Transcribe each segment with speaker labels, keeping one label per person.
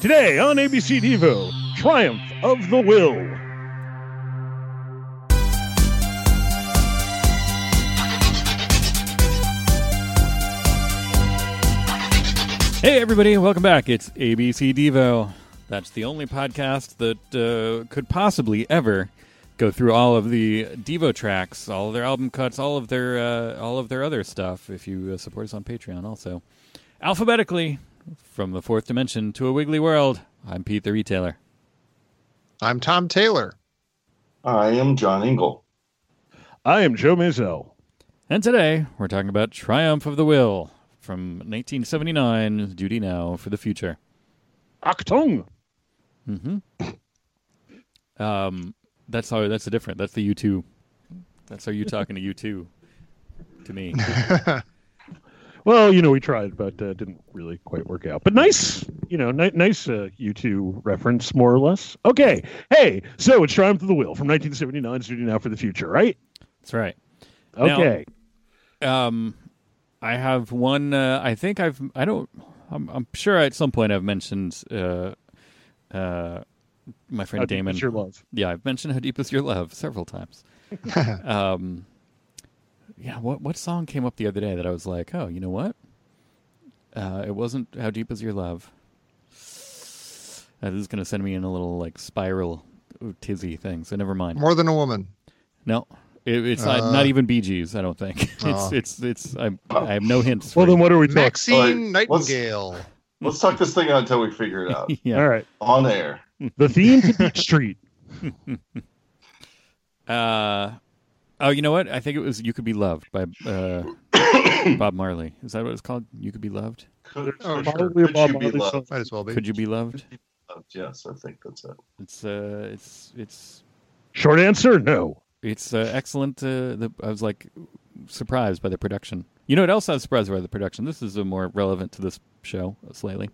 Speaker 1: Today on ABC Devo, Triumph of the Will.
Speaker 2: Hey, everybody, welcome back. It's ABC Devo. That's the only podcast that uh, could possibly ever go through all of the Devo tracks, all of their album cuts, all of their uh, all of their other stuff. If you uh, support us on Patreon, also alphabetically from the fourth dimension to a wiggly world. I'm Pete the Retailer.
Speaker 3: I'm Tom Taylor.
Speaker 4: I am John Engel.
Speaker 1: I am Joe Mazel.
Speaker 2: And today we're talking about Triumph of the Will from 1979, Duty Now for the Future.
Speaker 1: Achtung!
Speaker 2: Mm-hmm. um, that's how. That's the different. That's the U two. That's how you talking to U two, to me.
Speaker 1: Well, you know, we tried, but uh, didn't really quite work out. But nice, you know, ni- nice uh, U2 reference, more or less. Okay. Hey, so it's Triumph of the Will from 1979, Studio Now for the Future, right?
Speaker 2: That's right. Now-
Speaker 1: Okay.
Speaker 2: Um, I have one. Uh, I think I've. I don't. I'm, I'm sure at some point I've mentioned. Uh, uh, my friend
Speaker 1: How deep
Speaker 2: Damon.
Speaker 1: is your love.
Speaker 2: Yeah, I've mentioned "How Deep Is Your Love" several times. um, yeah, what what song came up the other day that I was like, oh, you know what? Uh, it wasn't "How Deep Is Your Love." Uh, this is gonna send me in a little like spiral ooh, tizzy thing. So never mind.
Speaker 3: More than a woman.
Speaker 2: No, it, it's not,
Speaker 3: Uh.
Speaker 2: not even Bee Gees. I don't think
Speaker 3: Oh.
Speaker 2: it's it's it's. I'm, I have no hints.
Speaker 1: Well,
Speaker 2: for
Speaker 1: then
Speaker 2: you.
Speaker 1: what are we talking
Speaker 3: Maxine
Speaker 4: Alright, let's-
Speaker 3: Nightingale.
Speaker 4: Let's talk this thing out until we figure it out.
Speaker 2: yeah.
Speaker 1: All right.
Speaker 4: On air.
Speaker 1: The theme to Beach Street.
Speaker 2: Uh, oh, you know what? I think it was "You Could Be Loved" by uh, Bob Marley. Is that what it's called? "You Could Be Loved."
Speaker 4: Could,
Speaker 3: Oh,
Speaker 4: could-
Speaker 3: sure.
Speaker 1: Probably a
Speaker 4: could
Speaker 1: Bob
Speaker 4: you be
Speaker 1: Marley song.
Speaker 4: loved?
Speaker 3: Might as well be.
Speaker 2: Could you be loved?
Speaker 4: Yes, I think that's it.
Speaker 2: It's uh, it's it's
Speaker 1: Short answer, no.
Speaker 2: it's uh, excellent. Uh, the, I was like surprised by the production. You know what else I was surprised by the production? This is uh, more relevant to this show uh, slightly.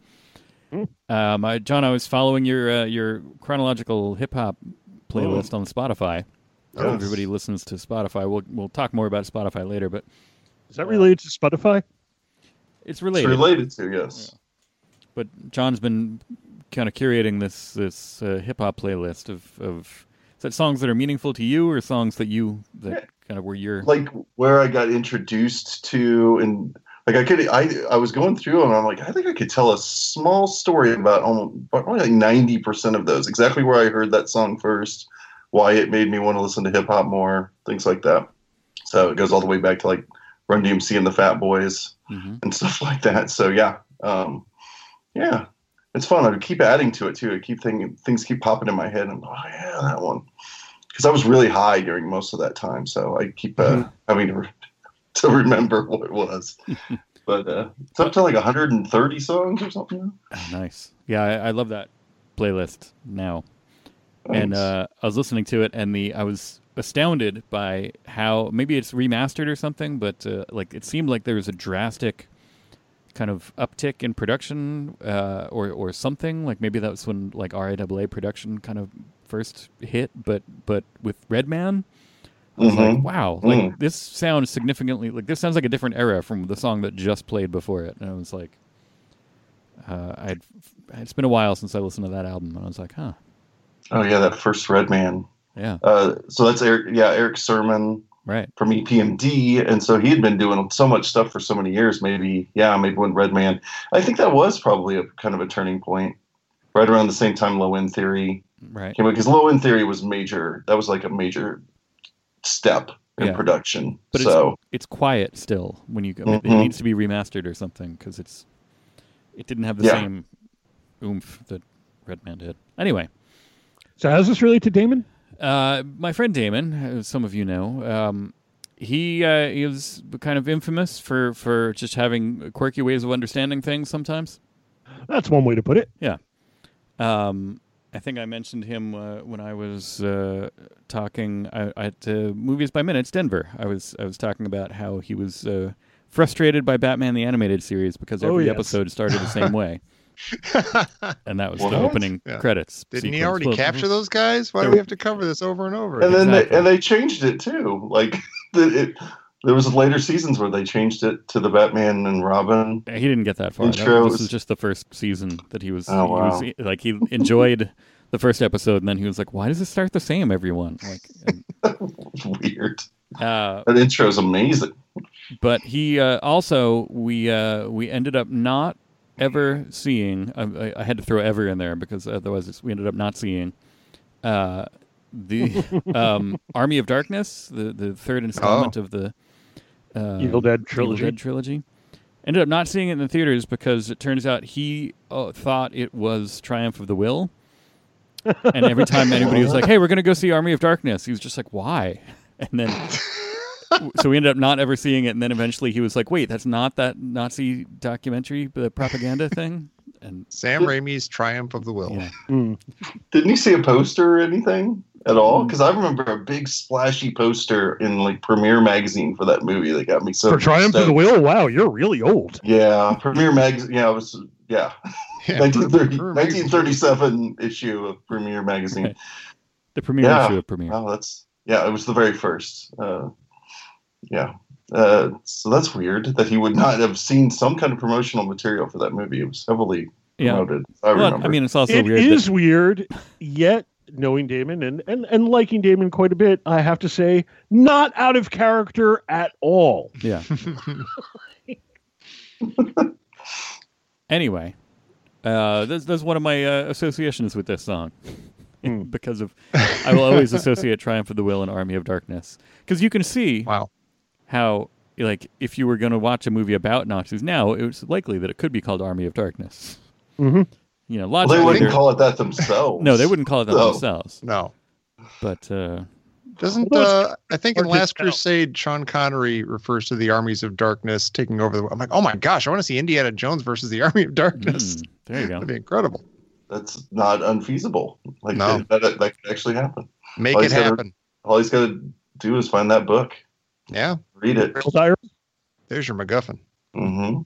Speaker 4: Hmm.
Speaker 2: Um, I, John, I was following your uh, your chronological hip hop playlist
Speaker 4: Oh.
Speaker 2: on Spotify.
Speaker 3: Yes.
Speaker 2: Oh, Everybody listens to Spotify. We'll we'll talk more about Spotify later, but
Speaker 1: Is that related to Spotify?
Speaker 2: it's
Speaker 4: It's
Speaker 2: related.
Speaker 4: related to, yes.
Speaker 2: but John's been kind of curating this this uh, hip hop playlist of of is that songs that are meaningful to you or songs that you that
Speaker 4: Yeah.
Speaker 2: kind of were your
Speaker 4: Like where I got introduced to and like I could I I was going through and I'm like, I think I could tell a small story about almost probably like ninety percent of those. Exactly where I heard that song first, why it made me want to listen to hip hop more, things like that. So it goes all the way back to like Run DMC and the Fat Boys.
Speaker 2: Mhm.
Speaker 4: and stuff like that. So yeah, um, yeah, it's fun. I keep adding to it too. I keep thinking things keep popping in my head. and oh yeah, that one because I was really high during most of that time, so I keep uh,
Speaker 2: Mm-hmm.
Speaker 4: having to re- to remember what it was. but uh, it's up to like 130 songs or something. now.
Speaker 2: Oh, nice yeah I, I love that playlist now and
Speaker 4: Thanks.
Speaker 2: uh, I was listening to it and the I was astounded by how maybe it's remastered or something but uh, like it seemed like there was a drastic kind of uptick in production uh, or or something like maybe that was when like RIAA production kind of first hit but but with Redman I was
Speaker 4: Mhm.
Speaker 2: like, wow, like this sounds significantly like this sounds like a different era from the song that just played before it. And I was like, uh, I'd it's been a while since I listened to that album, and I was like, huh,
Speaker 4: oh yeah, that first Red Man.
Speaker 2: yeah,
Speaker 4: Uh, so that's Eric. Yeah, Eric Sermon.
Speaker 2: right,
Speaker 4: from EPMD, and so he had been doing so much stuff for so many years. Maybe, yeah, maybe when Redman. I think that was probably a kind of a turning point, right around the same time Low End Theory
Speaker 2: right,
Speaker 4: came out because Low End Theory was major. That was like a major step in
Speaker 2: Yeah.
Speaker 4: production.
Speaker 2: But it's-
Speaker 4: so
Speaker 2: it's quiet still when you go. It
Speaker 4: Mhm.
Speaker 2: needs to be remastered or something because it's it didn't have the
Speaker 4: Yeah.
Speaker 2: same oomph that Redman did. Anyway,
Speaker 1: So how's this related to Damon?
Speaker 2: Uh, my friend Damon, as some of you know, um, he uh, is kind of infamous for, for just having quirky ways of understanding things sometimes.
Speaker 1: That's one way to put it.
Speaker 2: Um, I think I mentioned him uh, when I was uh, talking I, at uh, Movies by Minutes, Denver. I was I was talking about how he was uh, frustrated by Batman the Animated Series because
Speaker 1: Oh,
Speaker 2: every
Speaker 1: yes.
Speaker 2: episode started the same way, and that was the
Speaker 4: What?
Speaker 2: opening
Speaker 3: Yeah.
Speaker 2: credits.
Speaker 3: Didn't he
Speaker 2: sequence.
Speaker 3: already
Speaker 2: Well,
Speaker 3: capture those guys? Why do we have to cover this over and over?
Speaker 4: and then
Speaker 2: exactly.
Speaker 4: they, and they changed it too. Like the, it, There was later seasons where they changed it to the Batman and Robin.
Speaker 2: He didn't get that far. That-
Speaker 4: Intro
Speaker 2: this
Speaker 4: was-
Speaker 2: is just the first season that he was,
Speaker 4: Oh,
Speaker 2: he was like he enjoyed the first episode, and then he was like, "Why does it start the same?" Everyone like,
Speaker 4: Weird.
Speaker 2: uh,
Speaker 4: That intro is amazing.
Speaker 2: but he uh, also we uh, we ended up not ever seeing. I, I, I had to throw ever in there because otherwise it's, we ended up not seeing uh, the um, Army of Darkness, the the third installment of the uh,
Speaker 1: Oh. Evil Dead trilogy.
Speaker 2: Evil Dead trilogy. Ended up not seeing it in the theaters because it turns out he uh, thought it was Triumph of the Will. And every time anybody was like, "Hey, we're going to go see Army of Darkness," he was just like, "Why?" And then, so we ended up not ever seeing it. And then eventually, he was like, "Wait, that's not that Nazi documentary, the propaganda thing." And
Speaker 3: Sam Raimi's Triumph of the Will.
Speaker 2: yeah,
Speaker 1: Mm.
Speaker 4: Didn't you see a poster or anything at all? Because I remember a big splashy poster in like Premiere magazine for that movie that got me so.
Speaker 1: For Triumph of the
Speaker 4: stoked.
Speaker 1: Will, wow, you're really old.
Speaker 4: Yeah, Premiere magazine. Yeah, it was. Yeah,
Speaker 3: Yeah,
Speaker 4: 1930,
Speaker 3: Premier-
Speaker 4: 1937 issue of Premiere magazine.
Speaker 2: the premiere
Speaker 4: Yeah.
Speaker 2: issue of premiere.
Speaker 4: Wow, that's yeah. It was the very first. Uh, yeah. Uh, so that's weird that he would not have seen some kind of promotional material for that movie. It was heavily
Speaker 2: yeah,
Speaker 4: promoted. I
Speaker 2: Well,
Speaker 4: remember.
Speaker 2: I mean, it's also
Speaker 1: It
Speaker 2: weird.
Speaker 1: is weird, yet knowing Damon and, and, and liking Damon quite a bit, I have to say, not out of character at all.
Speaker 2: that, yeah. Anyway, uh, that's, that's one of my uh, associations with this song.
Speaker 1: Hmm.
Speaker 2: because of, I will always associate Triumph of the Will and Army of Darkness. Because you can see
Speaker 3: wow.
Speaker 2: how, like, if you were going to watch a movie about Nazis now, it was likely that it could be called Army of Darkness.
Speaker 1: Mm-hmm.
Speaker 2: You know,
Speaker 4: Well,
Speaker 2: logically.
Speaker 4: they wouldn't
Speaker 2: they're-
Speaker 4: call it that themselves.
Speaker 2: no, they wouldn't call it that
Speaker 4: No.
Speaker 2: themselves.
Speaker 3: No.
Speaker 2: But uh,
Speaker 3: Doesn't
Speaker 1: Well,
Speaker 3: uh, I think in
Speaker 1: or just
Speaker 3: Last
Speaker 1: out.
Speaker 3: Crusade, Sean Connery refers to the armies of darkness taking over the world. I'm like, oh my gosh, I want to see Indiana Jones versus the Army of Darkness.
Speaker 2: mm, there you go.
Speaker 3: That'd be incredible.
Speaker 4: That's not unfeasible. Like
Speaker 3: No.
Speaker 4: that, that, that could actually happen.
Speaker 3: Make
Speaker 4: Oh,
Speaker 3: it
Speaker 4: he's gotta-
Speaker 3: happen.
Speaker 4: All he's got to do is find that book,
Speaker 3: Yeah.
Speaker 4: read it.
Speaker 3: There's your MacGuffin.
Speaker 4: hmm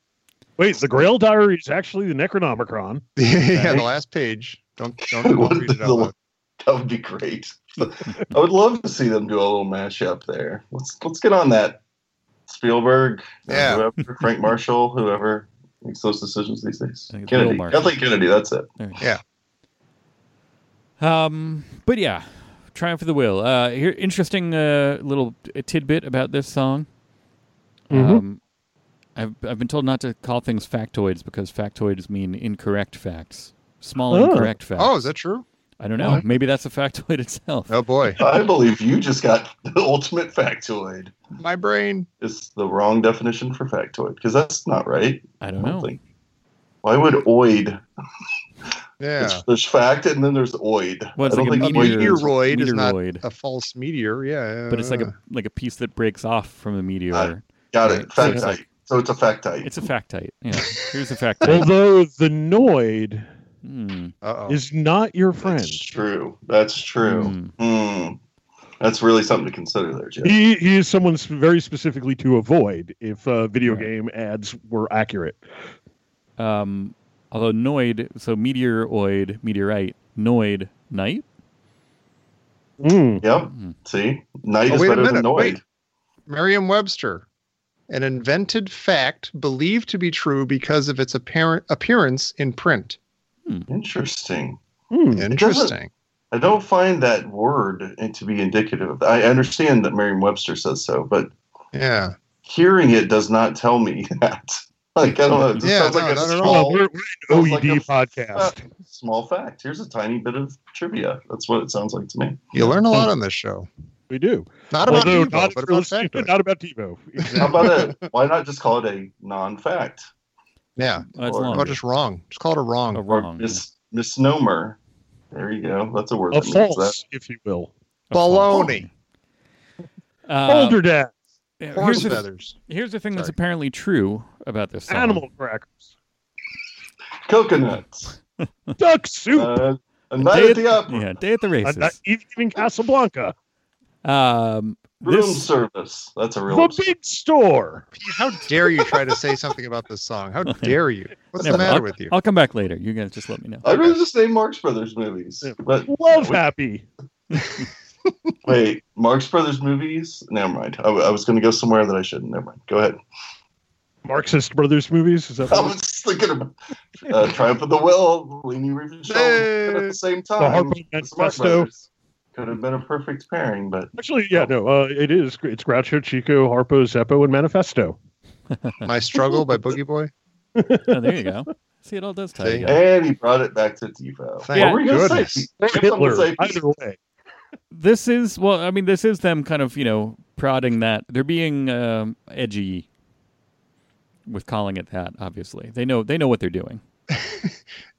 Speaker 1: Wait, the Grail Diary is actually the Necronomicon.
Speaker 3: yeah,
Speaker 4: Right.
Speaker 3: the last page. Don't don't, don't read it out loud.
Speaker 4: That would be great. I would love to see them do a little mashup there. Let's let's get on that. Spielberg, uh,
Speaker 3: Yeah.
Speaker 4: whoever, Frank Marshall, whoever makes those decisions these days.
Speaker 2: I think it's Bill
Speaker 4: Kennedy,
Speaker 2: Marshall.
Speaker 4: Kathleen Kennedy. That's it.
Speaker 2: There it
Speaker 3: Yeah.
Speaker 2: is. Um, but yeah, Triumph of the Will. Uh, here, interesting uh, little tidbit about this song.
Speaker 1: Mhm.
Speaker 2: Um, I've I've been told not to call things factoids because factoids mean incorrect facts, small
Speaker 1: Oh.
Speaker 2: incorrect facts.
Speaker 3: Oh, is that true?
Speaker 2: I don't know.
Speaker 3: What?
Speaker 2: Maybe that's a factoid itself.
Speaker 3: Oh boy.
Speaker 4: I believe you just got the ultimate factoid.
Speaker 3: My brain.
Speaker 4: It's the wrong definition for factoid because that's not right.
Speaker 2: I
Speaker 4: I
Speaker 2: don't
Speaker 4: don't
Speaker 2: know.
Speaker 4: think. Why would oid?
Speaker 3: Yeah.
Speaker 4: There's, there's fact and then there's oid.
Speaker 2: Well, it's
Speaker 4: I don't
Speaker 2: like a
Speaker 4: think
Speaker 3: A
Speaker 2: meteor.
Speaker 4: oid-
Speaker 3: meteoroid is not uh,
Speaker 2: Meteoroid.
Speaker 3: a false meteor. Yeah.
Speaker 2: But it's like a like a piece that breaks off from a
Speaker 3: Uh,
Speaker 2: meteor.
Speaker 4: Got it.
Speaker 2: Right, so it's
Speaker 4: Factite.
Speaker 2: like-
Speaker 4: so it's a factite.
Speaker 2: It's a factite. Yeah. Here's a factite.
Speaker 1: Although the Noid
Speaker 2: Hmm.
Speaker 3: uh oh.
Speaker 1: is not your friend.
Speaker 4: That's true. That's true.
Speaker 2: Hmm.
Speaker 4: Hmm. That's really something to consider there, Jeff.
Speaker 1: He, he is someone s- very specifically to avoid if uh, video
Speaker 2: Right.
Speaker 1: game ads were accurate.
Speaker 2: Um, although noid, so meteoroid, meteorite, noid, night.
Speaker 1: Mm.
Speaker 4: Yep.
Speaker 2: Mm.
Speaker 4: See, night
Speaker 3: Oh,
Speaker 4: is
Speaker 3: wait a
Speaker 4: better than
Speaker 3: minute,
Speaker 4: noid.
Speaker 3: wait. Merriam Webster. An invented fact believed to be true because of its apparent appearance in print.
Speaker 4: Interesting.
Speaker 1: Mm.
Speaker 3: Interesting.
Speaker 4: I don't find that word to be indicative of that. I understand that Merriam-Webster says so, but
Speaker 3: Yeah.
Speaker 4: hearing it does not tell me that. Like I don't know. It just
Speaker 3: Yeah,
Speaker 4: sounds
Speaker 3: no,
Speaker 4: like
Speaker 3: not
Speaker 4: a
Speaker 3: at
Speaker 1: Well,
Speaker 4: small,
Speaker 1: we're, we're an
Speaker 4: sounds like
Speaker 3: uh,
Speaker 1: OED
Speaker 4: a-
Speaker 1: podcast.
Speaker 4: small fact. Here's a tiny bit of trivia. That's what it sounds like to me.
Speaker 3: You learn a lot on this show.
Speaker 1: We do.
Speaker 3: Not about
Speaker 1: Although
Speaker 3: Devo,
Speaker 1: not,
Speaker 3: but
Speaker 1: if you're
Speaker 3: about
Speaker 1: listening to-
Speaker 3: fact.
Speaker 1: not about TiVo.
Speaker 4: How about it? Why not just call it a non-fact
Speaker 3: Yeah.
Speaker 2: Oh, that's
Speaker 4: Or-
Speaker 2: long.
Speaker 3: Oh, just wrong. Just call it a wrong.
Speaker 2: a
Speaker 4: or
Speaker 2: wrong.
Speaker 4: mis- misnomer? There you go. That's a word.
Speaker 1: A
Speaker 4: that means
Speaker 1: false, if you will.
Speaker 2: A false.
Speaker 3: baloney.
Speaker 2: Uh,
Speaker 1: Older dad,
Speaker 2: here's,
Speaker 3: Horse
Speaker 2: the,
Speaker 3: feathers.
Speaker 2: here's the thing that's
Speaker 3: Sorry.
Speaker 2: apparently true about this song.
Speaker 1: animal crackers,
Speaker 4: that. Coconuts.
Speaker 1: duck soup,
Speaker 4: Uh, a
Speaker 2: Day
Speaker 4: night at
Speaker 2: at-
Speaker 4: the opera.
Speaker 2: Yeah, day at the
Speaker 1: and not
Speaker 2: races.
Speaker 1: even, even Casablanca,
Speaker 2: Um,
Speaker 4: Room
Speaker 2: this,
Speaker 4: service. That's a real.
Speaker 1: the big store.
Speaker 3: Pete, How dare you try to say something about this song? How dare you? What's
Speaker 2: Never
Speaker 3: the matter
Speaker 2: mind.
Speaker 3: with you?
Speaker 2: I'll come back later. You guys just let me know.
Speaker 4: I'd rather just say Marx Brothers movies.
Speaker 1: Yeah.
Speaker 4: But
Speaker 1: Love
Speaker 4: we-
Speaker 1: happy.
Speaker 4: Wait, Marx Brothers movies? Never mind. I, I was going to go somewhere that I shouldn't. Never mind. Go ahead.
Speaker 1: Marxist Brothers movies? Is that
Speaker 4: I was thinking about uh, Triumph of the Will, Leaning Revenge
Speaker 3: Hey.
Speaker 4: at the same
Speaker 1: the
Speaker 4: time.
Speaker 1: Harpo
Speaker 4: It's Marx
Speaker 1: Manifesto?
Speaker 4: Brothers. Could have been a perfect pairing, but
Speaker 1: Actually, yeah, no, uh, it is. It's Groucho, Chico, Harpo, Zeppo, and Manifesto.
Speaker 3: My Struggle by Boogie Boy.
Speaker 2: Oh, there you go. See, it all does tie
Speaker 3: See?
Speaker 2: together.
Speaker 4: and he brought it back to Devo.
Speaker 3: Thank
Speaker 4: what were you gonna
Speaker 3: goodness.
Speaker 4: say?
Speaker 1: Or
Speaker 4: You have something to
Speaker 1: Hitler,
Speaker 4: say?
Speaker 1: either way.
Speaker 2: this is well i mean this is them kind of you know prodding that they're being um, edgy with calling it that obviously they know they know what they're doing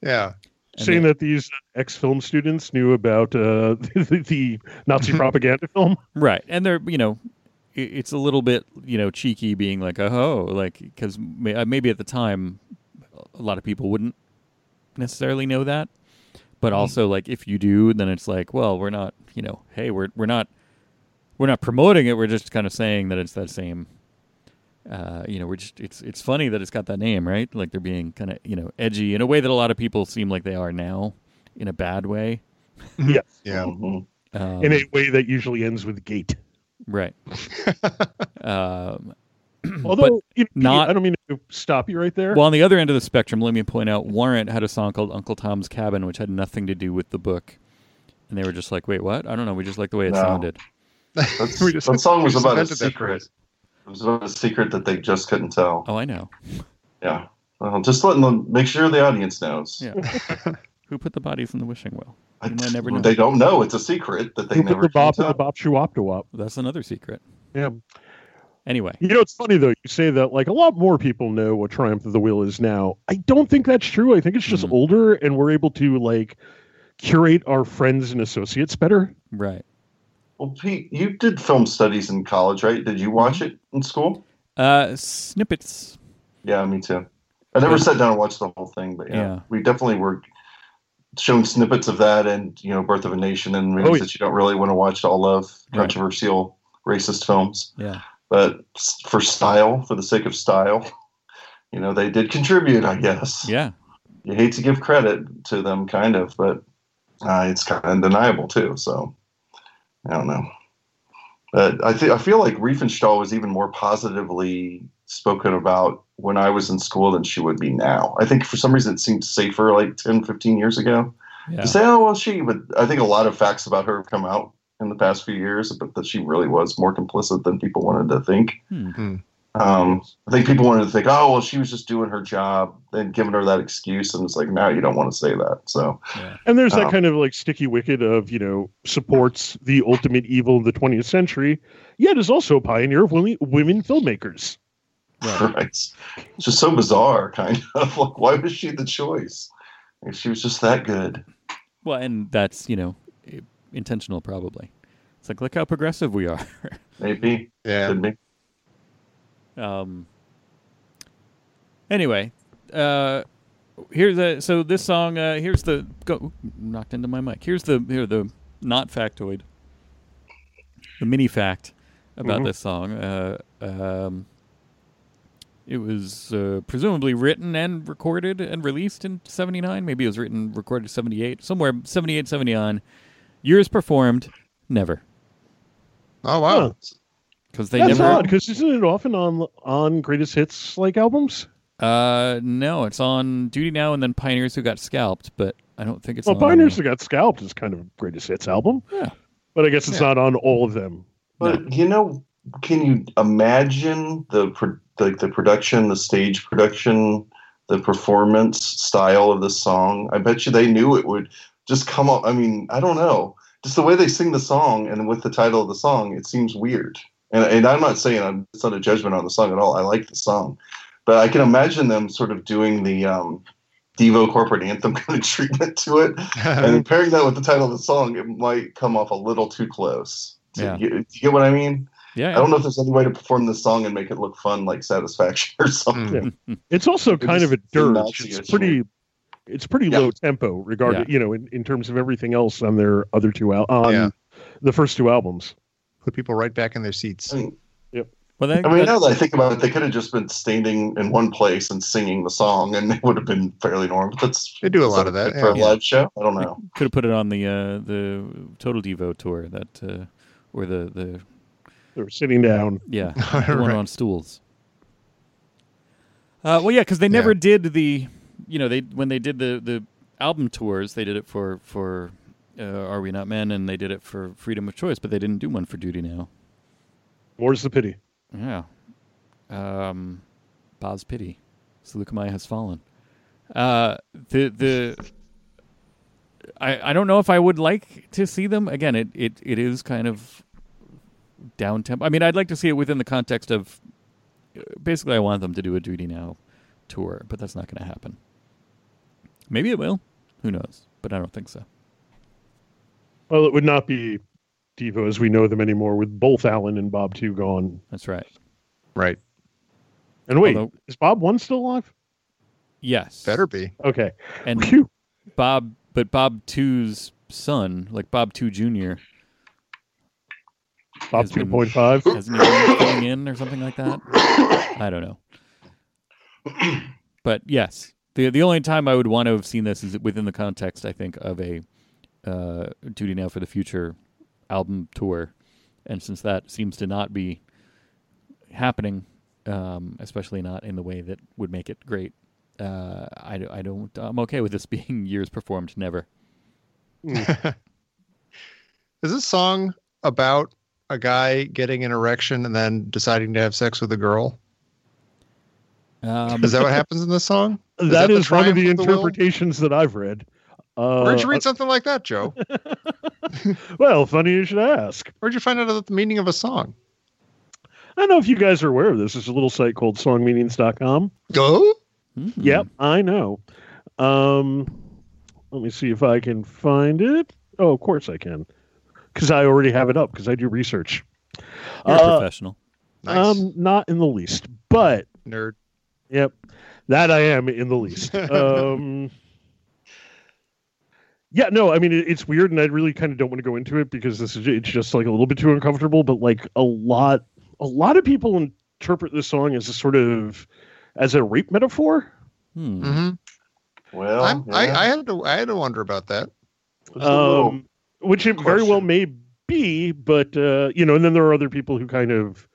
Speaker 3: Yeah.
Speaker 2: And
Speaker 1: Saying
Speaker 2: they-
Speaker 1: that these ex-film students knew about uh, the, the Nazi propaganda film.
Speaker 2: right and they're you know i- it's a little bit you know cheeky being like oh like because maybe at the time a lot of people wouldn't necessarily know that but also like if you do then it's like well we're not you know hey we're we're not we're not promoting it we're just kind of saying that it's that same uh, you know we're just it's it's funny that it's got that name right like they're being kind of you know edgy in a way that a lot of people seem like they are now in a bad way
Speaker 1: yes,
Speaker 3: Yeah.
Speaker 4: Mhm.
Speaker 2: um,
Speaker 1: in a way that usually ends with gate.
Speaker 2: right um,
Speaker 1: Although, you know,
Speaker 2: not-
Speaker 1: I don't mean to stop you right there.
Speaker 2: Well, on the other end of the spectrum, let me point out Warrant had a song called Uncle Tom's Cabin, which had nothing to do with the book. And they were just like, wait, what? I don't know. We just like the way it
Speaker 4: No.
Speaker 2: sounded.
Speaker 4: That's-
Speaker 3: We just-
Speaker 4: that song
Speaker 3: we
Speaker 4: was
Speaker 3: just
Speaker 4: about a
Speaker 3: invented that
Speaker 4: secret.
Speaker 3: phrase.
Speaker 4: It was about a secret that they just couldn't tell.
Speaker 2: Oh, I know.
Speaker 4: Yeah. Well, just letting them make sure the audience knows.
Speaker 2: Yeah. Who put the bodies in the wishing well?
Speaker 4: I-
Speaker 2: You might never know.
Speaker 4: They don't know. It's a secret that they
Speaker 1: Who put
Speaker 4: never
Speaker 1: the
Speaker 4: can
Speaker 1: bop in
Speaker 4: tell.
Speaker 1: the bop shoo-wop-de-wop?
Speaker 2: That's another secret.
Speaker 1: Yeah.
Speaker 2: Anyway,
Speaker 1: You know, it's funny though. You say that like a lot more people know what Triumph of the Will is now. I don't think that's true. I think it's just
Speaker 2: Mhm.
Speaker 1: older, and we're able to like curate our friends and associates better.
Speaker 2: right.
Speaker 4: Well, Pete, you did film studies in college, right? Did you
Speaker 1: Mm-hmm.
Speaker 4: watch it in school?
Speaker 2: Uh, snippets.
Speaker 4: Yeah, me too. I never
Speaker 2: Yeah.
Speaker 4: sat down and watched the whole thing, but yeah,
Speaker 2: Yeah.
Speaker 4: we definitely were shown snippets of that and, you know, Birth of a Nation and movies
Speaker 1: Oh, yeah.
Speaker 4: that you don't really want to watch all of,
Speaker 2: Right.
Speaker 4: controversial racist films.
Speaker 2: Yeah.
Speaker 4: But s- for style, for the sake of style, you know, they did contribute, I guess.
Speaker 2: Yeah.
Speaker 4: You hate to give credit to them, kind of, but uh, it's kind of undeniable, too. So I don't know. But I think I feel like Riefenstahl was even more positively spoken about when I was in school than she would be now. I think for some reason it seemed safer like 10, 15 years ago
Speaker 2: Yeah.
Speaker 4: to say, oh, well, she, but I think a lot of facts about her have come out in the past few years, but that she really was more complicit than people wanted to think.
Speaker 2: Hmm.
Speaker 4: Um, I think people wanted to think, oh, well, she was just doing her job and giving her that excuse. And it's like, no, you don't want to say that. So,
Speaker 1: And there's
Speaker 2: Oh.
Speaker 1: that
Speaker 4: Um,
Speaker 1: kind of like sticky wicket of you know supports the ultimate evil of the 20th century, yet is also a pioneer of women, women filmmakers.
Speaker 2: Right.
Speaker 4: right. It's just so bizarre, kind of. like, why was she the choice? If she was just that good.
Speaker 2: Well, and that's, you know, i- intentional probably. It's like, look how progressive we are.
Speaker 4: Maybe.
Speaker 3: Yeah.
Speaker 4: Could be.
Speaker 2: Um. Anyway, uh, here's a so this song. Uh, here's the go oop, knocked into my mic. Here's the here the not factoid, the mini fact about
Speaker 1: Mhm.
Speaker 2: this song. Uh, um, it was uh, presumably written and recorded and released in 79 maybe it was written recorded 78 somewhere 78 79 years performed never
Speaker 3: Oh wow.
Speaker 1: Huh.
Speaker 2: because they
Speaker 1: That's
Speaker 2: never
Speaker 1: odd because isn't it often on on greatest hits like albums?
Speaker 2: Uh, no, it's on Duty Now and then Pioneers Who Got Scalped, but I don't think it's
Speaker 1: well,
Speaker 2: on.
Speaker 1: Pioneers That Got Scalped is kind of a greatest hits album.
Speaker 2: Yeah.
Speaker 1: But I guess it's
Speaker 3: Yeah.
Speaker 1: not on all of them.
Speaker 4: But you know, can you imagine the pro- like the production, the stage production, the performance style of the song? I bet you they knew it would just come up. I mean, I don't know. Just the way they sing the song and with the title of the song, it seems weird. And, and I'm not saying I'm, it's not a judgment on the song at all. I like the song, but I can imagine them sort of doing the um, Devo corporate anthem kind of treatment to it and pairing that with the title of the song, it might come off a little too close. Do
Speaker 2: Yeah.
Speaker 4: you, do you get what I mean?
Speaker 2: Yeah.
Speaker 4: I don't know if there's any way to perform this song and make it look fun, like Satisfaction or
Speaker 1: Hmm.
Speaker 4: something.
Speaker 3: Mm.
Speaker 1: It's also
Speaker 4: It
Speaker 1: kind
Speaker 4: just
Speaker 1: of a
Speaker 4: seemed
Speaker 1: dirge.
Speaker 4: obvious,
Speaker 1: It's pretty. It's pretty
Speaker 4: Yeah.
Speaker 1: low tempo, regarding you know, in, in terms of everything else on their other two al- on
Speaker 3: Yeah.
Speaker 1: the first two albums.
Speaker 4: Mm.
Speaker 3: Put people right back in their seats.
Speaker 4: I mean,
Speaker 1: Yep.
Speaker 2: Well, that,
Speaker 4: I mean,
Speaker 2: that-
Speaker 4: now that I think about it, they could have just been standing in one place and singing the song, and it would have been fairly normal. That's
Speaker 3: They do a lot of that,
Speaker 4: for a
Speaker 3: yeah.
Speaker 4: live show. I don't know.
Speaker 2: could have put it on the uh, the Total Devo tour that uh, or the the
Speaker 1: They were sitting down.
Speaker 2: yeah the one
Speaker 3: Right.
Speaker 2: on stools. Uh, well, yeah, because they never did the you know they when they did the the album tours they did it for for uh, Are We Not Men and they did it for Freedom of Choice, but they didn't do one for Duty Now.
Speaker 1: More's the pity.
Speaker 2: Yeah. Um, Bob's pity. Seleucumai has fallen. Uh, the the. I, I don't know if I would like to see them again. It it, it is kind of down tempo. I mean, I'd like to see it within the context of. Basically, I want them to do a duty now tour, but that's not going to happen. Maybe it will. Who knows? But I don't think so.
Speaker 1: Well, it would not be Devo as we know them anymore, with both Alan and Bob two gone.
Speaker 2: That's right.
Speaker 3: Right.
Speaker 1: And wait,
Speaker 2: Although-
Speaker 1: is Bob one still alive?
Speaker 2: Yes.
Speaker 3: Better be.
Speaker 1: Okay.
Speaker 2: And
Speaker 1: Phew.
Speaker 2: Bob, but Bob Two's son, like Bob Two Junior,
Speaker 1: Bob
Speaker 2: Has been-
Speaker 1: two point five.
Speaker 2: hasn't he been filling in or something like that? I don't know. But yes, the the only time I would want to have seen this is within the context, I think, of a uh, Duty Now for the Future album tour, and since that seems to not be happening, um, especially not in the way that would make it great. Uh, I, d- I don't. I'm okay with this being years performed, never.
Speaker 1: Hmm.
Speaker 3: Is this song about a guy getting an erection and then deciding to have sex with a girl?
Speaker 2: Um,
Speaker 3: Is that what happens in this song? Is that
Speaker 1: that
Speaker 3: the
Speaker 1: is one of
Speaker 3: triumph
Speaker 1: the
Speaker 3: of the will?
Speaker 1: interpretations that I've read. Uh,
Speaker 3: Where'd you read something like that, Joe?
Speaker 1: Well, funny you should ask.
Speaker 3: Where'd you find out about the meaning of a song?
Speaker 1: I don't know if you guys are aware of this. There's a little site called songmeanings.com.
Speaker 3: Go.
Speaker 2: mhm.
Speaker 1: Yep, I know. Um, let me see if I can find it. Oh, of course I can, because I already have it up because I do research.
Speaker 2: You're a
Speaker 1: Uh,
Speaker 2: professional.
Speaker 3: Nice.
Speaker 1: Um, not in the least, but
Speaker 3: Nerd.
Speaker 1: Yep. That I am in the least. Um, yeah, no, I mean, it, it's weird, and I really kind of don't want to go into it because this is it's just like a little bit too uncomfortable. But like a lot, a lot of people interpret this song as a sort of as a rape metaphor.
Speaker 2: Hmm.
Speaker 3: hmm
Speaker 4: Well,
Speaker 3: I'm,
Speaker 4: Oh, yeah.
Speaker 3: I, I had to I had to wonder about that.
Speaker 4: There's a little-
Speaker 1: um, which it very well
Speaker 4: question.
Speaker 1: may be, but uh, you know, and then there are other people who kind of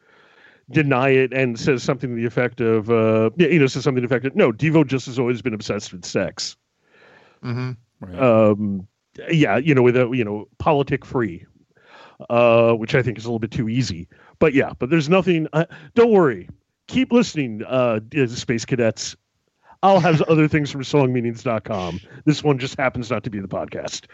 Speaker 1: deny it and says something to the effect of, uh, yeah, you know, says something to the effect of, no, Devo just has always been obsessed with sex.
Speaker 3: hmm
Speaker 2: Right.
Speaker 1: Um, yeah, you know, with a, you know, politic free, uh, which I think is a little bit too easy. But yeah, but there's nothing. Uh, don't worry, keep listening, uh, d- space cadets. I'll have other things from songmeanings.com. This one just happens not to be the podcast.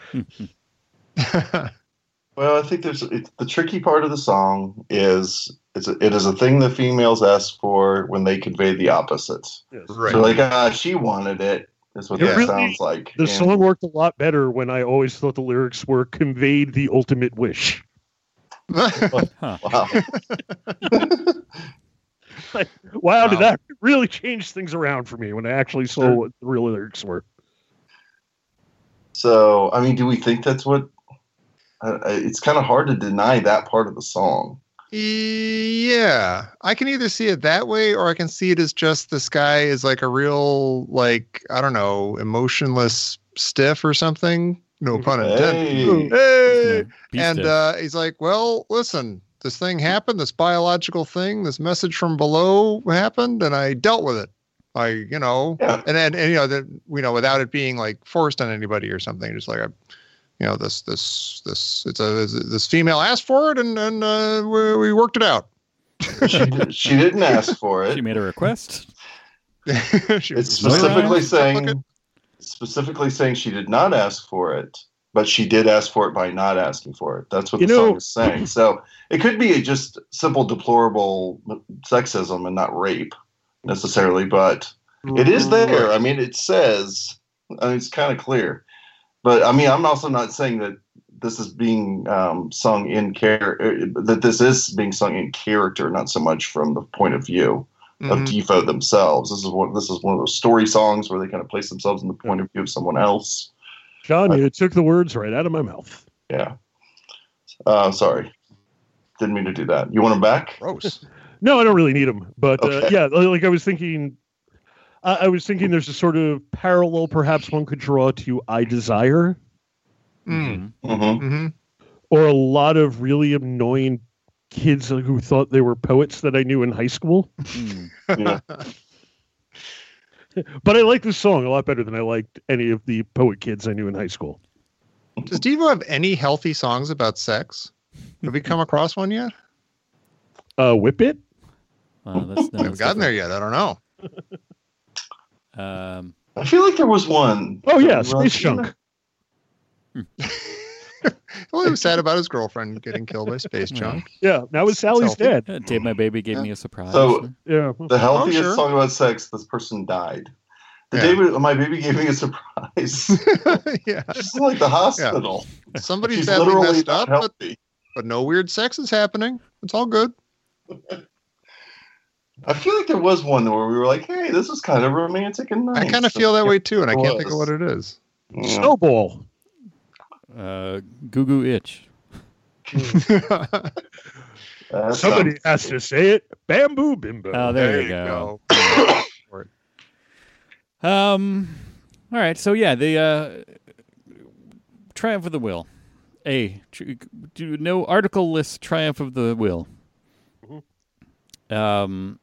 Speaker 4: Well, I think there's it, the tricky part of the song is it's a, it is a thing the females ask for when they convey the opposite.
Speaker 1: Yes.
Speaker 3: right.
Speaker 4: They're like, ah, she wanted it. Is what
Speaker 1: It
Speaker 4: that
Speaker 1: really-
Speaker 4: sounds like.
Speaker 1: The
Speaker 4: And-
Speaker 1: song worked a lot better when I always thought the lyrics were conveyed the ultimate wish. Oh,
Speaker 2: Huh.
Speaker 4: Wow.
Speaker 1: Wow, did
Speaker 3: Wow.
Speaker 1: that really change things around for me when I actually saw
Speaker 3: Sure.
Speaker 1: what the real lyrics were?
Speaker 4: So, I mean, do we think that's what? Uh, it's kind of hard to deny that part of the song.
Speaker 3: yeah, I can either see it that way, or I can see it as just this guy is like a real like I don't know emotionless stiff or something. No pun intended.
Speaker 4: Hey,
Speaker 3: Hey!
Speaker 2: No, beast
Speaker 3: and
Speaker 2: it.
Speaker 3: uh, he's like, "Well, listen, this thing happened, this biological thing, this message from below happened, and I dealt with it. I, you know,
Speaker 4: Yeah.
Speaker 3: and then and you know that you know without it being like forced on anybody or something, just like I, you know, this this this it's a this female asked for it, and and uh, we, we worked it out.
Speaker 4: she, did- she didn't ask for
Speaker 2: she
Speaker 4: it.
Speaker 2: made a request.
Speaker 3: She was
Speaker 4: It's
Speaker 3: like,
Speaker 4: specifically
Speaker 3: "Alright, look
Speaker 4: saying specifically saying she did not ask for it, but she did ask for it by not asking for it. That's what
Speaker 1: You
Speaker 4: the
Speaker 1: know-
Speaker 4: song is saying. So it could be just simple deplorable sexism and not rape necessarily, but
Speaker 3: at-
Speaker 4: it is there. I mean, it says. I mean, it's kind of clear, but I mean, I'm also not saying that this is being um, sung in care that this is being sung in character, not so much from the point of view of
Speaker 1: Mm-hmm.
Speaker 3: Mhm.
Speaker 4: Defoe themselves. This is one. This is one of those story songs where they kind of place themselves in the point of view of someone else.
Speaker 1: John,
Speaker 4: I-
Speaker 1: you took the words right out of my mouth.
Speaker 4: Yeah. Uh, sorry, didn't mean to do that. You want them back?
Speaker 3: Gross.
Speaker 1: No, I don't really need them. But uh,
Speaker 4: Okay.
Speaker 1: yeah, li- like I was thinking, I I was thinking there's a sort of parallel perhaps one could draw to I Desire
Speaker 3: Mm.
Speaker 2: Mm-hmm.
Speaker 4: hmm
Speaker 3: hmm
Speaker 1: or a lot of really annoying kids who thought they were poets that I knew in high school.
Speaker 2: Mhm.
Speaker 4: Yeah.
Speaker 1: But I like this song a lot better than I liked any of the poet kids I knew in high school.
Speaker 3: Does Devo have any healthy songs about sex? Have we come across one yet?
Speaker 1: Uh, Whip It?
Speaker 2: Wow, that's,
Speaker 3: We haven't gotten there yet. I don't know.
Speaker 2: there. Um,
Speaker 4: I feel like there was one.
Speaker 1: Oh, yeah,
Speaker 4: Well,
Speaker 1: Space Junk.
Speaker 3: Well, he was sad about his girlfriend getting killed by space
Speaker 2: Yeah.
Speaker 3: junk.
Speaker 1: Yeah, now it's Sally's
Speaker 3: Selfie.
Speaker 1: dad.
Speaker 2: uh, Dave, my baby, gave me a surprise.
Speaker 4: So-
Speaker 1: Yeah.
Speaker 4: The healthiest
Speaker 3: sure.
Speaker 4: song about sex, this person died. The
Speaker 3: Yeah.
Speaker 4: day we- my baby gave me a surprise.
Speaker 3: yeah,
Speaker 4: She's in, like the hospital.
Speaker 3: somebody
Speaker 4: She's
Speaker 3: sadly
Speaker 4: literally
Speaker 3: messed up,
Speaker 4: not
Speaker 3: but,
Speaker 4: healthy.
Speaker 3: but no weird sex is happening. It's all good.
Speaker 4: I feel like there was one where we were like, "Hey, this is kind of romantic and nice."
Speaker 3: I kind of feel that way too, and I can't think of what
Speaker 4: was.
Speaker 3: it is.
Speaker 4: Yeah.
Speaker 1: Snowball.
Speaker 2: uh, Goo Goo Itch.
Speaker 4: That
Speaker 1: Somebody
Speaker 4: sounds-
Speaker 1: has to say it. Bamboo Bimbo.
Speaker 2: Oh, there, you go. Um, all right. So yeah, the uh, triumph of the will. A tr- do no article list triumph of the will. Um,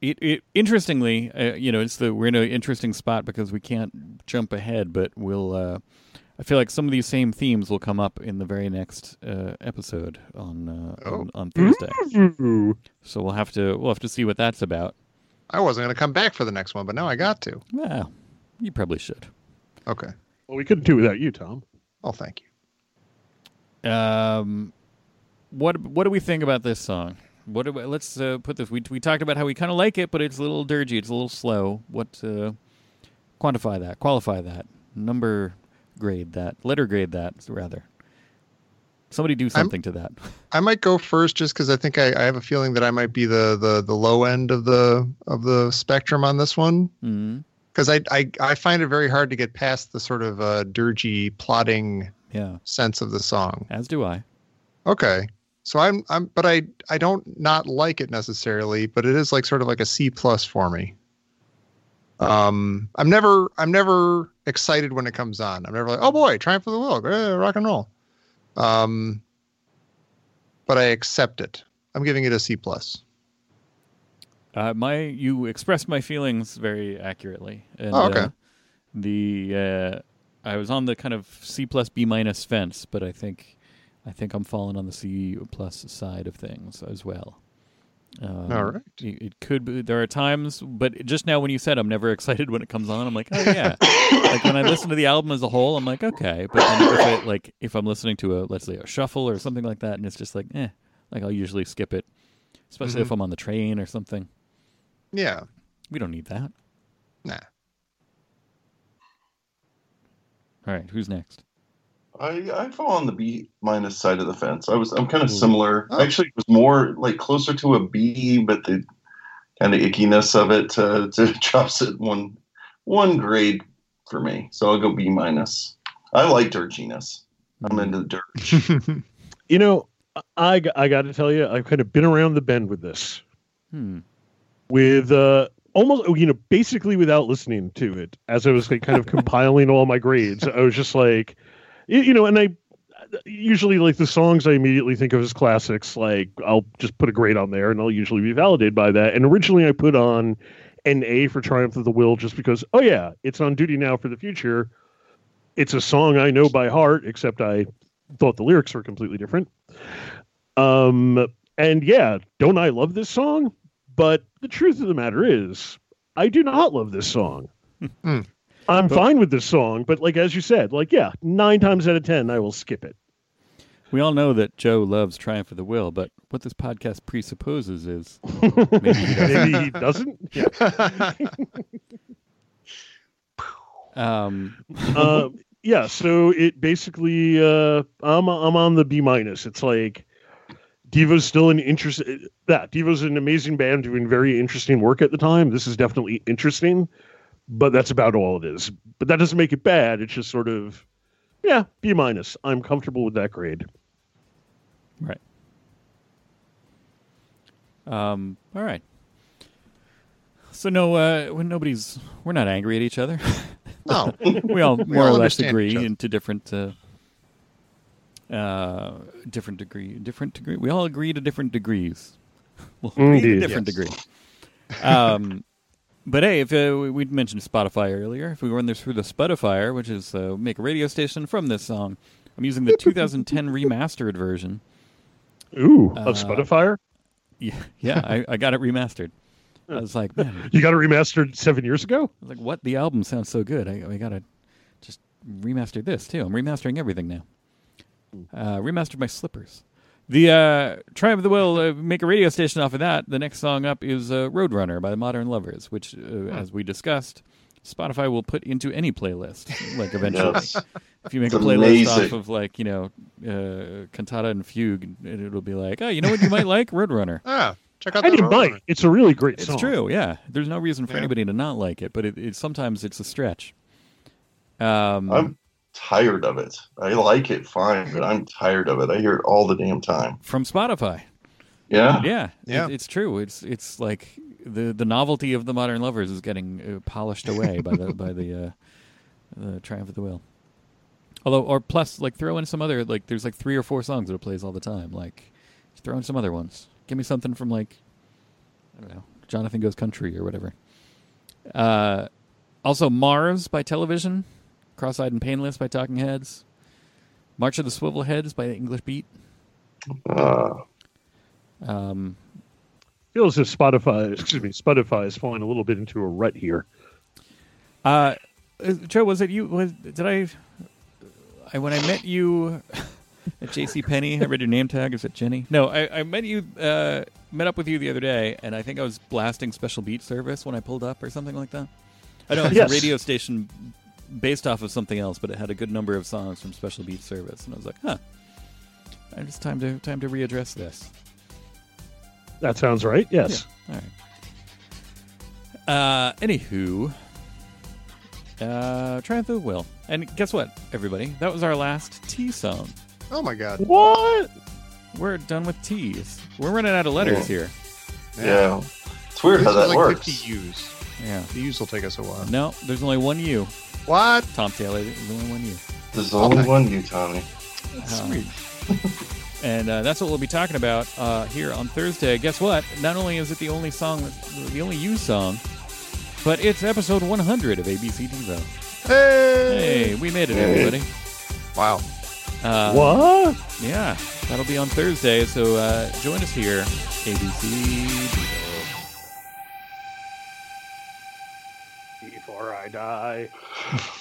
Speaker 2: it, it interestingly, uh, you know, it's the we're in an interesting spot because we can't jump ahead, but we'll. Uh, I feel like some of these same themes will come up in the very next uh, episode on uh,
Speaker 3: Oh.
Speaker 2: on, on Thursday.
Speaker 1: Ooh.
Speaker 2: So we'll have to we'll have to see what that's about.
Speaker 3: I wasn't going to come back for the next one, but now I got to.
Speaker 2: Well, you probably should.
Speaker 3: Okay.
Speaker 1: Well, we couldn't do without you, Tom.
Speaker 3: Oh, thank you.
Speaker 2: Um, what what do we think about this song? What do we, let's uh, put this. We we talked about how we kind of like it, but it's a little dirgy. It's a little slow. What uh, quantify that? Qualify that? Number grade that? Letter grade that? Rather, somebody do something to that.
Speaker 3: I might go first just because I think I, I have a feeling that I might be the, the the low end of the of the spectrum on this one
Speaker 2: mm
Speaker 3: because I, I I find it very hard to get past the sort of uh, dirgy plotting
Speaker 2: Yeah,
Speaker 3: sense of the song.
Speaker 2: as do I.
Speaker 3: Okay. So I'm I'm but I I don't not like it necessarily, but it is like sort of like a C plus for me. Um I'm never I'm never excited when it comes on. I'm never like, oh boy, Triumph of the Will, eh, rock and roll. Um but I accept it. I'm giving it a C plus.
Speaker 2: Uh, my you expressed my feelings very accurately. And,
Speaker 3: Oh, okay.
Speaker 2: uh, the uh, I was on the kind of C plus B minus fence, but I think I think I'm falling on the C plus side of things as well. Um,
Speaker 3: All right.
Speaker 2: It, it could be. There are times, but just now when you said I'm never excited when it comes on, I'm like, oh yeah. like when I listen to the album as a whole, I'm like, okay. But then if it, like if I'm listening to a let's say a shuffle or something like that, and it's just like, eh, like I'll usually skip it, especially
Speaker 3: Mm-hmm.
Speaker 2: if I'm on the train or something.
Speaker 3: Yeah.
Speaker 2: We don't need that.
Speaker 3: Nah.
Speaker 2: All right, who's next?
Speaker 4: I, I fall on the B minus side of the fence. I was I'm kind of
Speaker 1: Ooh.
Speaker 4: similar.
Speaker 3: Oh.
Speaker 4: Actually, it was more like closer to a B, but the kind of ickiness of it uh, to drops it one one grade for me. So I'll go B minus. I like dirginess.
Speaker 2: Hmm.
Speaker 4: I'm into dirt.
Speaker 1: You know, I, I got to tell you, I've kind of been around the bend with this,
Speaker 2: Hmm.
Speaker 1: with uh, almost, you know, basically without listening to it. As I was like, kind of compiling all my grades, I was just like, you, you know, and I usually like the songs I immediately think of as classics. Like I'll just put a grade on there, and I'll usually be validated by that. And originally, I put on an A for Triumph of the Will, just because. Oh yeah, it's on duty now for the future. It's a song I know by heart, except I thought the lyrics were completely different. Um, and yeah, don't I love this song? But the truth of the matter is, I do not love this song.
Speaker 3: Hmm.
Speaker 1: I'm
Speaker 2: But-
Speaker 1: fine with this song, but like as you said, like yeah, nine times out of ten, I will skip it.
Speaker 2: We all know that Joe loves Triumph of the Will, but what this podcast presupposes is maybe
Speaker 1: Maybe he
Speaker 2: he doesn't.
Speaker 1: doesn't. Yeah.
Speaker 2: Um,
Speaker 1: Uh, yeah. So it basically, uh, I'm I'm on the B minus. It's like Devo's still an interest. That Devo's an amazing band doing very interesting work at the time. This is definitely interesting, but that's about all it is. But that doesn't make it bad. It's just sort of, yeah, B minus. I'm comfortable with that grade.
Speaker 2: right. Um, all right. So no, uh, when nobody's, we're not angry at each other.
Speaker 3: No,
Speaker 2: we all more
Speaker 3: all
Speaker 2: or less
Speaker 3: understand each
Speaker 2: agree
Speaker 3: other.
Speaker 2: into different, uh, uh, different degree, different degree. We all agree to different degrees. We'll agree to
Speaker 1: Indeed.
Speaker 2: different degree. Um, but hey, if uh, we- we'd mentioned Spotify earlier, if we run this through the Spotify, which is uh, make a radio station from this song, I'm using the 2010 remastered version.
Speaker 1: Ooh,
Speaker 2: Uh,
Speaker 1: of Spotify.
Speaker 2: Yeah, yeah, I, I got it remastered. I was like, man,
Speaker 1: You got it remastered seven years ago.
Speaker 2: I was like what the album sounds so good. I, I gotta just remaster this too. I'm remastering everything now.
Speaker 4: Hmm.
Speaker 2: Uh, remastered my slippers. The uh, Triumph of the Will uh, make a radio station off of that. The next song up is uh, Roadrunner by the Modern Lovers, which, uh,
Speaker 4: Hmm.
Speaker 2: as we discussed, Spotify will put into any playlist. Like eventually,
Speaker 4: Yes.
Speaker 2: if you make
Speaker 4: It's
Speaker 2: a playlist off
Speaker 4: amazing.
Speaker 2: of like you know uh, Cantata and Fugue, it- it'll be like, oh, you know what you might like, Roadrunner.
Speaker 3: ah, check out
Speaker 1: I
Speaker 3: that.
Speaker 1: didn't
Speaker 3: Roadrunner.
Speaker 1: mind. It's a really great
Speaker 2: It's
Speaker 1: song.
Speaker 2: true, yeah. There's no reason for
Speaker 3: Yeah.
Speaker 2: anybody to not like it, but it, it sometimes it's a stretch. Um,
Speaker 4: I'm tired of it. I like it fine, but I'm tired of it. I hear it all the damn time.
Speaker 2: from Spotify,
Speaker 4: Yeah.
Speaker 2: yeah,
Speaker 3: Yeah.
Speaker 2: It- it's true. It's it's like the the novelty of the modern lovers is getting uh, polished away by the by the uh, the triumph of the will. Although, or plus, like throw in some other like there's like three or four songs that it plays all the time. Like throw in some other ones. Give me something from like I don't know, Jonathan Goes Country or whatever. Uh, also, Mars by Television, Cross Eyed and Painless by Talking Heads, March of the Swivel Heads by English Beat.
Speaker 4: Uh,
Speaker 2: Um,
Speaker 1: Feels as if Spotify, excuse me, Spotify is falling a little bit into a rut here.
Speaker 2: Uh, uh, Joe, was it you? Was did I? I when I met you at J.C. Penney, I read your name tag. Is it Jenny? No, I, I met you. Uh, met up with you the other day, and I think I was blasting Special Beat Service when I pulled up or something like that. I know it's
Speaker 1: Yes.
Speaker 2: a radio station based off of something else, but it had a good number of songs from Special Beat Service, and I was like, huh. I just time to time to readdress this.
Speaker 1: That sounds right. Yes.
Speaker 2: All right. Uh, anywho, uh, Triumph of the Will. And guess what, everybody? That was our last tea song.
Speaker 3: Oh my god.
Speaker 1: What?
Speaker 2: We're done with teas. We're running out of letters
Speaker 4: Yeah.
Speaker 2: here.
Speaker 4: yeah. It's weird
Speaker 3: This
Speaker 4: how
Speaker 3: is
Speaker 4: that
Speaker 3: like
Speaker 4: works.
Speaker 3: 50 U's.
Speaker 2: Yeah.
Speaker 3: The U's will take us a while.
Speaker 2: No, there's only one you,
Speaker 3: What?
Speaker 2: Tom Taylor. There's only one you.
Speaker 4: There's only
Speaker 3: Okay.
Speaker 4: one you, Tommy.
Speaker 2: Um, and uh, that's what we'll be talking about uh, here on Thursday. Guess what? Not only is it the only song, that- the only you song, but it's episode 100 of ABC Devo.
Speaker 3: Hey!
Speaker 2: Hey, we made it,
Speaker 4: Hey.
Speaker 2: everybody.
Speaker 3: Wow.
Speaker 2: Uh,
Speaker 1: what?
Speaker 2: Yeah, that'll be on Thursday. So uh, join us here, ABC.
Speaker 1: Before I die.